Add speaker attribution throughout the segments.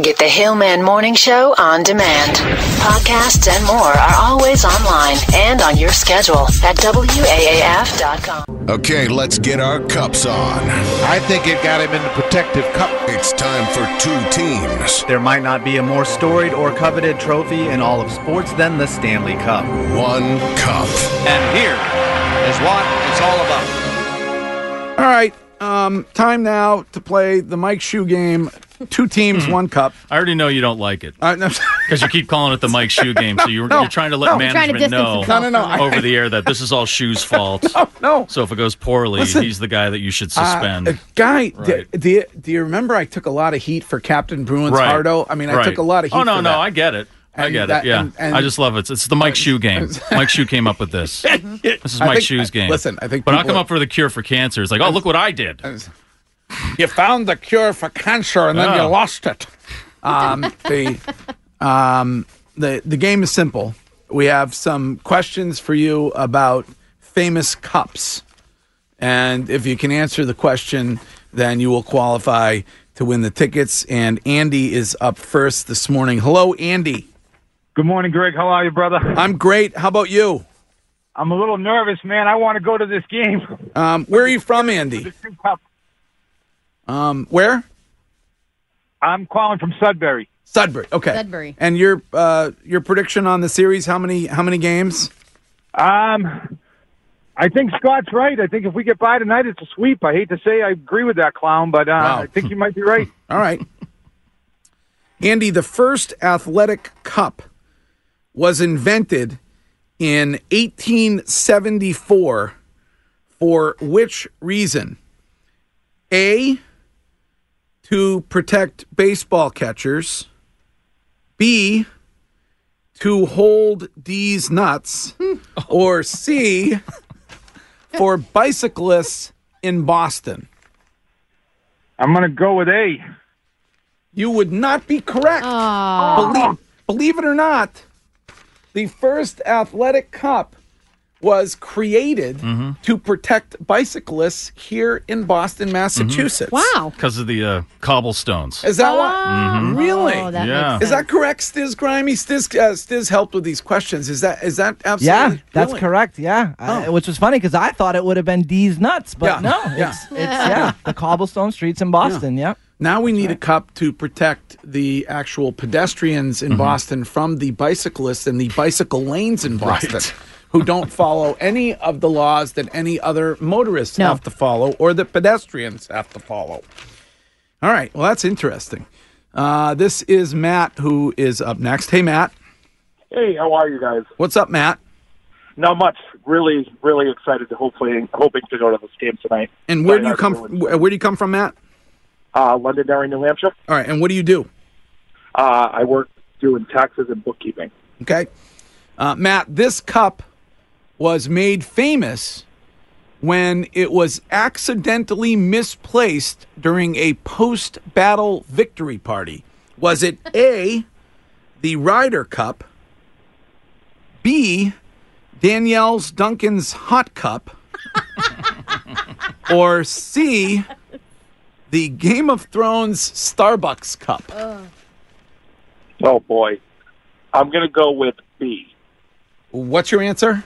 Speaker 1: Get the Hillman Morning Show on demand. Podcasts and more are always online and on your schedule at WAAF.com.
Speaker 2: Okay, let's get our cups on.
Speaker 3: I think it got him in the protective cup.
Speaker 2: It's time for two teams,
Speaker 4: There might not be a more storied or coveted trophy in all of sports than the Stanley Cup.
Speaker 2: one cup.
Speaker 5: And here is what it's all about.
Speaker 3: All right, um, time now to play the Mike Shoe game. Two teams,
Speaker 6: Hmm.
Speaker 3: one cup.
Speaker 6: I already know you don't like it
Speaker 3: Uh, no,
Speaker 6: because you keep calling it the Mike Shoe game. So you're, you're trying to let
Speaker 3: no. You're
Speaker 7: trying to
Speaker 6: management know
Speaker 7: distance
Speaker 3: yourself No, no, no, from it.
Speaker 6: over the air that this is all Shoe's fault.
Speaker 3: no.
Speaker 6: So if it goes poorly,
Speaker 3: Listen,
Speaker 6: he's the guy that you should
Speaker 3: Uh,
Speaker 6: suspend.
Speaker 3: uh, guy, d-
Speaker 6: Right.
Speaker 3: do, you, do you remember I took a lot of heat for Captain Bruins
Speaker 6: right.
Speaker 3: Hardo? I mean, I
Speaker 6: Right.
Speaker 3: took a lot of heat
Speaker 6: Oh no,
Speaker 3: for
Speaker 6: no,
Speaker 3: that.
Speaker 6: I get it. I
Speaker 3: And
Speaker 6: get
Speaker 3: that-
Speaker 6: it. Yeah,
Speaker 3: and- and-
Speaker 6: I just love it. It's, it's the Mike Shoe game. Mike Shoe came up with this. This is
Speaker 3: I
Speaker 6: Mike
Speaker 3: think-
Speaker 6: Shoe's game.
Speaker 3: listen, I think
Speaker 6: but I'll
Speaker 3: people
Speaker 6: come
Speaker 3: are-
Speaker 6: up for the cure for cancer. It's like, oh, look what I did.
Speaker 3: you found the cure for cancer and then you
Speaker 6: Oh.
Speaker 3: lost it. Um, the, um, the, the game is simple. We have some questions for you about famous cups. And if you can answer the question, then you will qualify to win the tickets. And Andy is up first this morning. Hello, Andy.
Speaker 8: Good morning, Greg. How are you, brother?
Speaker 3: I'm great. How about you?
Speaker 8: I'm a little nervous, man. I want to go to this game.
Speaker 3: Um, where are you from, Andy? Um, where?
Speaker 8: I'm calling from Sudbury.
Speaker 3: Sudbury. Okay.
Speaker 7: Sudbury.
Speaker 3: And your uh, your prediction on the series? How many how many games?
Speaker 8: Um, I think Scott's right. I think if we get by tonight, it's a sweep. I hate to say I agree with that clown, but uh,
Speaker 3: Wow.
Speaker 8: I think you might be right.
Speaker 3: All right. Andy, the first athletic cup was invented in 1874 for which reason? A to protect baseball catchers. B to hold these nuts or C for bicyclists in Boston.
Speaker 8: I'm going to go with A.
Speaker 3: You would not be correct.
Speaker 7: Ah.
Speaker 3: Believe, believe it or not, the first athletic cup was created
Speaker 7: Mm-hmm.
Speaker 3: to protect bicyclists here in Boston, Massachusetts.
Speaker 7: Wow.
Speaker 6: Because of the uh, cobblestones.
Speaker 3: Is that why?
Speaker 9: Mm-hmm.
Speaker 3: Really?
Speaker 7: Oh, that
Speaker 6: Yeah.
Speaker 7: makes sense.
Speaker 3: Is that correct, Stiz Grimy? Stiz, uh, Stiz helped with these questions. Is that is that absolutely?
Speaker 9: Yeah, that's
Speaker 3: really?
Speaker 9: correct. Yeah, I- which was funny because I thought it would have been D's nuts, but
Speaker 3: Yeah,
Speaker 9: no,
Speaker 3: yeah.
Speaker 9: it's it's yeah the cobblestone streets in Boston. Yeah.
Speaker 3: Now we need a cup to protect the actual pedestrians in Boston from the bicyclists and the bicycle lanes in Boston who don't follow any of the laws that any other motorists
Speaker 7: No.
Speaker 3: have to follow or that pedestrians have to follow. All right. Well, that's interesting. Uh, this is Matt who is up next. Hey, Matt.
Speaker 8: Hey, how are you guys?
Speaker 3: What's up, Matt?
Speaker 8: Not much. Really, really excited to hopefully hoping to go to this game tonight.
Speaker 3: And where do you come? From, where do you come from, Matt?
Speaker 8: Uh, Londonderry, New Hampshire.
Speaker 3: All right. And what do you do?
Speaker 8: Uh, I work doing taxes and bookkeeping.
Speaker 3: Okay. Uh, Matt, this cup was made famous when it was accidentally misplaced during a post battle victory party. Was it A, the Ryder Cup, B, Danielle's Duncan's Hot Cup, or C, the Game of Thrones Starbucks Cup?
Speaker 8: Oh, boy. I'm going to go with B.
Speaker 3: What's your answer?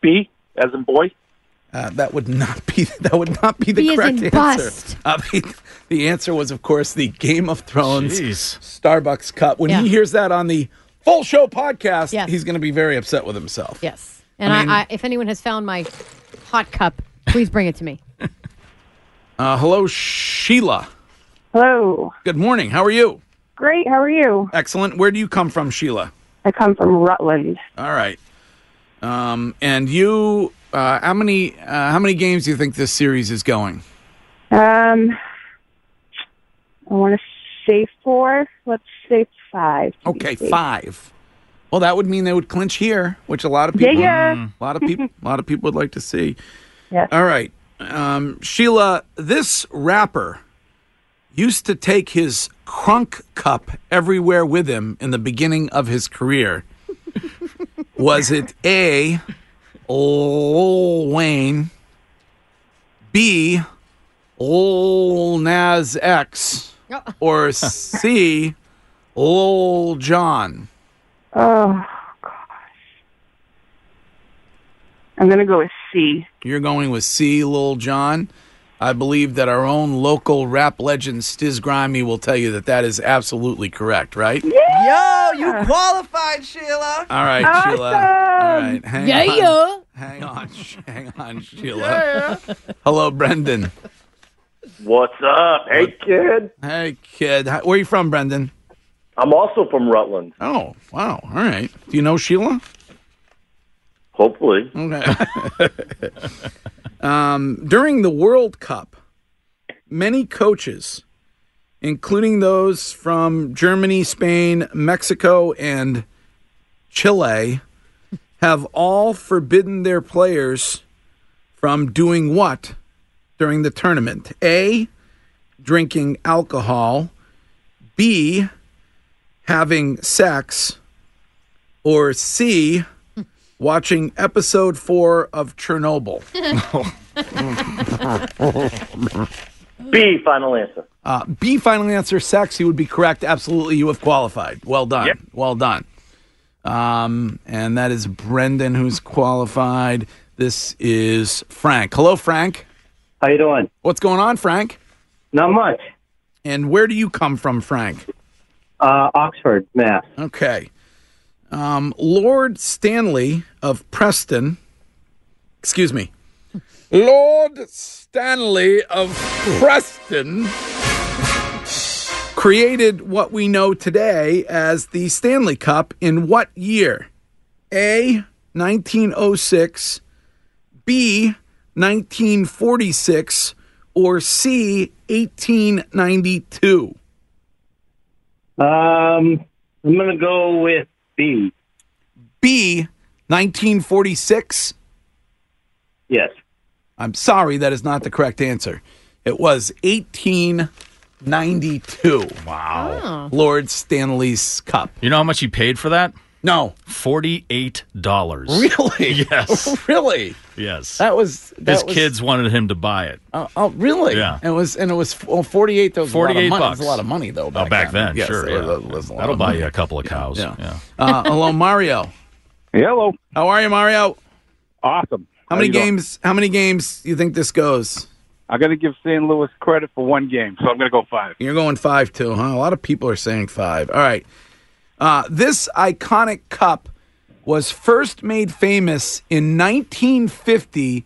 Speaker 8: B, as in boy.
Speaker 3: Uh, that would not be that would not be the
Speaker 7: B as
Speaker 3: correct
Speaker 7: in
Speaker 3: answer.
Speaker 7: bust.
Speaker 3: Uh, the, the answer was, of course, the Game of Thrones
Speaker 6: Jeez.
Speaker 3: Starbucks Cup. When
Speaker 7: Yeah.
Speaker 3: he hears that on the full show podcast,
Speaker 7: Yeah.
Speaker 3: he's going to be very upset with himself.
Speaker 7: Yes. And I, I, if anyone has found my hot cup, please bring it to me.
Speaker 3: Uh, hello, Sheila.
Speaker 8: Hello.
Speaker 3: Good morning. How are you?
Speaker 8: Great. How are you?
Speaker 3: Excellent. Where do you come from, Sheila?
Speaker 8: I come from Rutland.
Speaker 3: All right. Um, and you, uh, how many uh, how many games do you think this series is going?
Speaker 8: Um, I want to
Speaker 10: Um, say four. Let's say five. to be
Speaker 3: Okay,
Speaker 10: safe.
Speaker 3: five. Well, that would mean they would clinch here, which a lot of
Speaker 10: Yeah,
Speaker 3: people,
Speaker 10: yeah.
Speaker 3: a lot of people, a lot of people would like to see.
Speaker 10: Yeah.
Speaker 3: All right, um, Sheila. This rapper used to take his crunk cup everywhere with him in the beginning of his career. Was it A. Lil Wayne, B. Lil Nas X, or C. Lil John?
Speaker 10: Oh gosh. I'm gonna go with C.
Speaker 3: You're going with C, Lil John. I believe that our own local rap legend Stiz Grimy will tell you that that is absolutely correct, right?
Speaker 9: Yo, you qualified, Sheila.
Speaker 3: All right, Sheila. All right, hang
Speaker 9: Yeah,
Speaker 3: on.
Speaker 9: yeah.
Speaker 3: Hang on, sh- hang on, Sheila. Hello, Brendan.
Speaker 11: What's up? Hey, kid.
Speaker 3: Hey, kid. Hi- Where are you from, Brendan?
Speaker 11: I'm also from Rutland.
Speaker 3: Oh, wow. All right. Do you know Sheila?
Speaker 11: Hopefully.
Speaker 3: Okay. um, during the World Cup, many coaches, including those from Germany, Spain, Mexico, and Chile, have all forbidden their players from doing what during the tournament? A, drinking alcohol, B, having sex, or C, watching episode four of Chernobyl.
Speaker 11: B, final answer.
Speaker 3: Uh, B, final answer, sex. You would be correct. Absolutely. You have qualified. Well done. Well done. Um, and that is Brendan who's qualified. This is Frank. Hello, Frank.
Speaker 12: How you doing?
Speaker 3: What's going on, Frank?
Speaker 12: Not much.
Speaker 3: And where do you come from, Frank?
Speaker 12: Uh, Oxford, Mass.
Speaker 3: Okay. Um, Lord Stanley of Preston. Excuse me. Lord Stanley of Preston created what we know today as the Stanley Cup in what year? A. 1906, B. 1946, or C. 1892.
Speaker 12: Um, I'm gonna go with B.
Speaker 3: B, 1946?
Speaker 12: Yes.
Speaker 3: I'm sorry, that is not the correct answer. It was 1892. Wow. Lord Stanley's Cup.
Speaker 6: You know how much he paid for that?
Speaker 3: No.
Speaker 6: $48.
Speaker 3: Really? Oh,
Speaker 6: Yes.
Speaker 3: really?
Speaker 6: Yes.
Speaker 3: That was that
Speaker 6: His
Speaker 3: was-
Speaker 6: kids wanted him to buy it.
Speaker 3: Oh, oh, really?
Speaker 6: Yeah.
Speaker 3: It was and it was well, 48 that was a
Speaker 6: 48
Speaker 3: lot of money. It
Speaker 6: bucks.
Speaker 3: was a lot of money though
Speaker 6: oh, back then,
Speaker 3: Yes,
Speaker 6: sure.
Speaker 3: it
Speaker 6: Yeah.
Speaker 3: was- it was a lot
Speaker 6: That'll
Speaker 3: of
Speaker 6: buy
Speaker 3: money.
Speaker 6: you a couple of cows. Yeah.
Speaker 3: Uh, hello Mario.
Speaker 8: Hello.
Speaker 3: How are you Mario?
Speaker 8: Awesome. How
Speaker 3: How, many
Speaker 8: you doing?
Speaker 3: games how many games you think this goes?
Speaker 8: I got to give St. Louis credit for one game, so I'm going to go five.
Speaker 3: You're going five too, huh? A lot of people are saying five. All right. Uh, this iconic cup was first made famous in 1950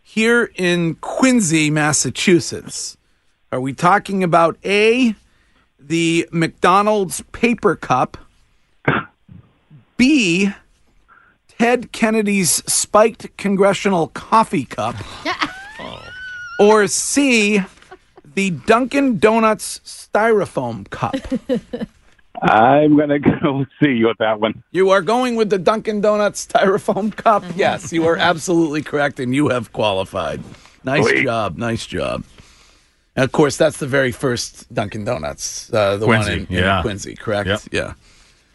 Speaker 3: here in Quincy, Massachusetts. Are we talking about A, the McDonald's paper cup, B, Ted Kennedy's spiked congressional coffee cup, or C, the Dunkin' Donuts styrofoam cup.
Speaker 8: I'm going to go see you at that one.
Speaker 3: You are going with the Dunkin' Donuts styrofoam cup.
Speaker 6: Uh-huh.
Speaker 3: Yes, you are absolutely correct, and you have qualified. Nice
Speaker 8: Sweet.
Speaker 3: job, nice job. And of course, that's the very first Dunkin' Donuts, uh, the
Speaker 6: Quincy,
Speaker 3: one in, in
Speaker 6: yeah.
Speaker 3: Quincy, correct? Yeah.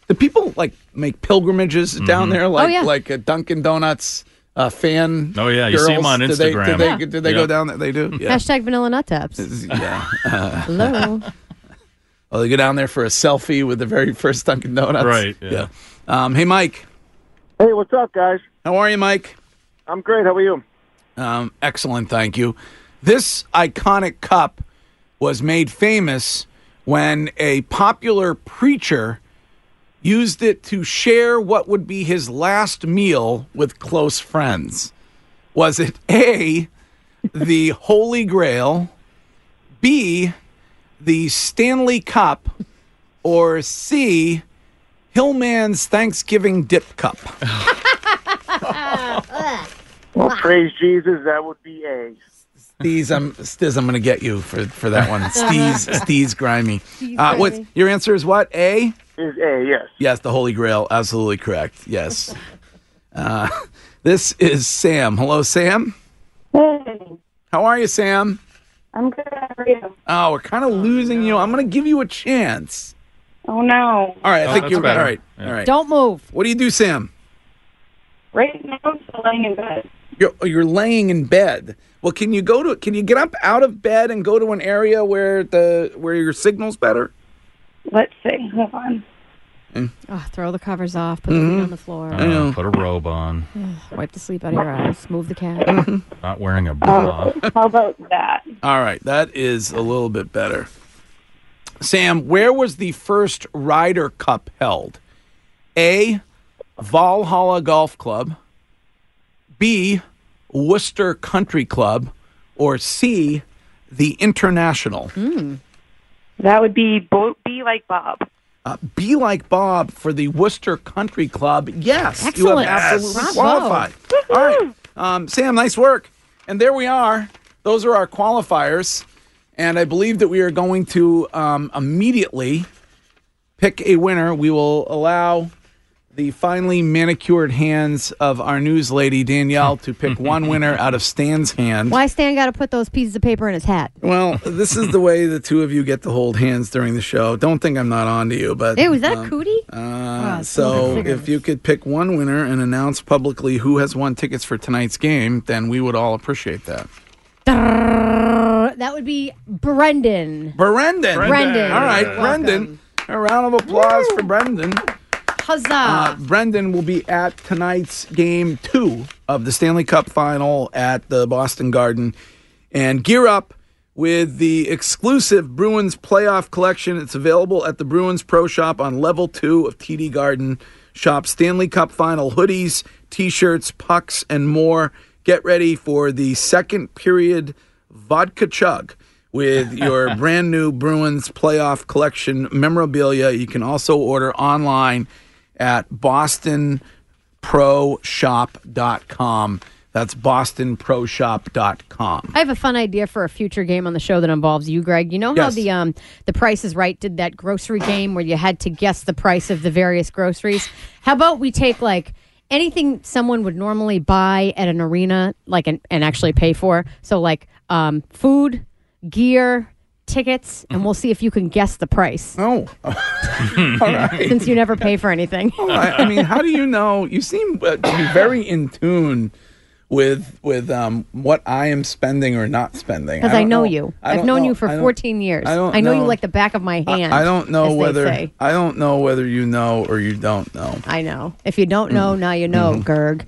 Speaker 3: Do people like make pilgrimages down
Speaker 6: Mhm.
Speaker 3: there, like
Speaker 6: Oh, yeah.
Speaker 3: like a Dunkin' Donuts uh, fan?
Speaker 6: Oh, yeah, you see 'em on
Speaker 3: girls? Do they- Do
Speaker 6: Instagram.
Speaker 3: they,
Speaker 6: Yeah.
Speaker 3: do they
Speaker 6: Yeah.
Speaker 3: go down there? They do. Yeah.
Speaker 7: Hashtag vanilla nut taps.
Speaker 3: yeah. Uh,
Speaker 7: Hello.
Speaker 3: Oh, they go down there for a selfie with the very first Dunkin' Donuts.
Speaker 6: Right, yeah.
Speaker 3: Um, hey, Mike.
Speaker 8: Hey, what's up, guys?
Speaker 3: How are you, Mike?
Speaker 8: I'm great. How are you?
Speaker 3: Um, excellent, thank you. This iconic cup was made famous when a popular preacher used it to share what would be his last meal with close friends. Was it A, the Holy Grail, B, the Stanley Cup, or C, Hillman's Thanksgiving Dip Cup?
Speaker 8: Well, praise Jesus. That would be A.
Speaker 3: Steez, I'm Stiz. I'm going to get you for for that one. Steez, Steez, grimy.
Speaker 13: Steez
Speaker 3: Uh, what
Speaker 13: grimy.
Speaker 3: your answer is? What A?
Speaker 13: Is A, yes.
Speaker 3: Yes, the Holy Grail. Absolutely correct. Yes. Uh, this is Sam. Hello, Sam.
Speaker 10: Hey,
Speaker 3: How are you, Sam?
Speaker 10: I'm good. How are you?
Speaker 3: Oh, we're kind of losing you. I'm going to give you a chance.
Speaker 10: Oh no.
Speaker 3: All right, I
Speaker 10: Oh,
Speaker 3: think
Speaker 10: that's
Speaker 3: you're
Speaker 10: better.
Speaker 3: all right. All right.
Speaker 7: Don't move.
Speaker 3: What do you do, Sam?
Speaker 10: Right now, I'm still laying in bed.
Speaker 3: You're you're laying in bed. Well, can you go to? Can you get up out of bed and go to an area where the where your signal's better?
Speaker 10: Let's see. Hold on.
Speaker 7: Oh, throw the covers off, put the feet on the floor.
Speaker 6: Uh, put a robe on.
Speaker 7: Ugh, Wipe the sleep out of your eyes. Move the cat.
Speaker 6: Not wearing a bra.
Speaker 10: How about that?
Speaker 3: All right, that is a little bit better. Sam, where was the first Ryder Cup held? A. Valhalla Golf Club, B. Worcester Country Club, or C. The International?
Speaker 10: That would be bo- be like Bob.
Speaker 3: Uh, be like Bob for the Worcester Country Club. Yes, you
Speaker 10: Excellent.
Speaker 3: have absolutely
Speaker 10: Yes. Bravo.
Speaker 3: qualified. All right, um, Sam, nice work. And there we are. Those are our qualifiers, and I believe that we are going to um, immediately pick a winner. We will allow the finely manicured hands of our news lady Danielle to pick one winner out of Stan's hand.
Speaker 7: Why Stan got to put those pieces of paper in his hat?
Speaker 3: Well, this is the way the two of you get to hold hands during the show. Don't think I'm not on to you, but
Speaker 7: Hey, was that a
Speaker 3: um,
Speaker 7: cootie? Oh,
Speaker 3: uh,
Speaker 7: Wow,
Speaker 3: so
Speaker 7: someone figured
Speaker 3: if you could pick one winner and announce publicly who has won tickets for tonight's game, then we would all appreciate that.
Speaker 7: Drrrr. That would be Brendan.
Speaker 3: Brendan.
Speaker 7: Brendan.
Speaker 3: All right,
Speaker 7: Welcome.
Speaker 3: Brendan. A round of applause for Brendan.
Speaker 7: Huzzah.
Speaker 3: Uh, Brendan will be at tonight's game two of the Stanley Cup final at the Boston Garden. And gear up with the exclusive Bruins playoff collection. It's available at the Bruins Pro Shop on level two of TD Garden. Shop Stanley Cup final hoodies, t shirts, pucks, and more. Get ready for the second period vodka chug with your brand new Bruins playoff collection memorabilia. You can also order online at bostonproshop.com. That's bostonproshop.com.
Speaker 7: I have a fun idea for a future game on the show that involves you, Greg. You know how
Speaker 3: Yes.
Speaker 7: the um the Price is Right did that grocery game where you had to guess the price of the various groceries. How about we take like anything someone would normally buy at an arena, like and, and actually pay for. So like um food, gear, tickets,
Speaker 3: Mm-hmm.
Speaker 7: and we'll see if you can guess the price.
Speaker 3: Oh, All right.
Speaker 7: since you never pay for anything.
Speaker 3: I, I mean, how do you know? You seem uh, to be very in tune with with um, what I am spending or not spending.
Speaker 7: Because I,
Speaker 3: don't
Speaker 7: know, you.
Speaker 3: I
Speaker 7: I've
Speaker 3: don't
Speaker 7: known
Speaker 3: know.
Speaker 7: you for
Speaker 3: I don't-
Speaker 7: 14 years.
Speaker 3: I don't
Speaker 7: know, you
Speaker 3: know.
Speaker 7: like the back of my hand.
Speaker 3: I, I don't
Speaker 7: as
Speaker 3: know
Speaker 7: they
Speaker 3: whether
Speaker 7: say.
Speaker 3: I don't know whether you know or you don't know. Mm. Mm-hmm.
Speaker 7: I know. If you don't know, now you know, Gerg.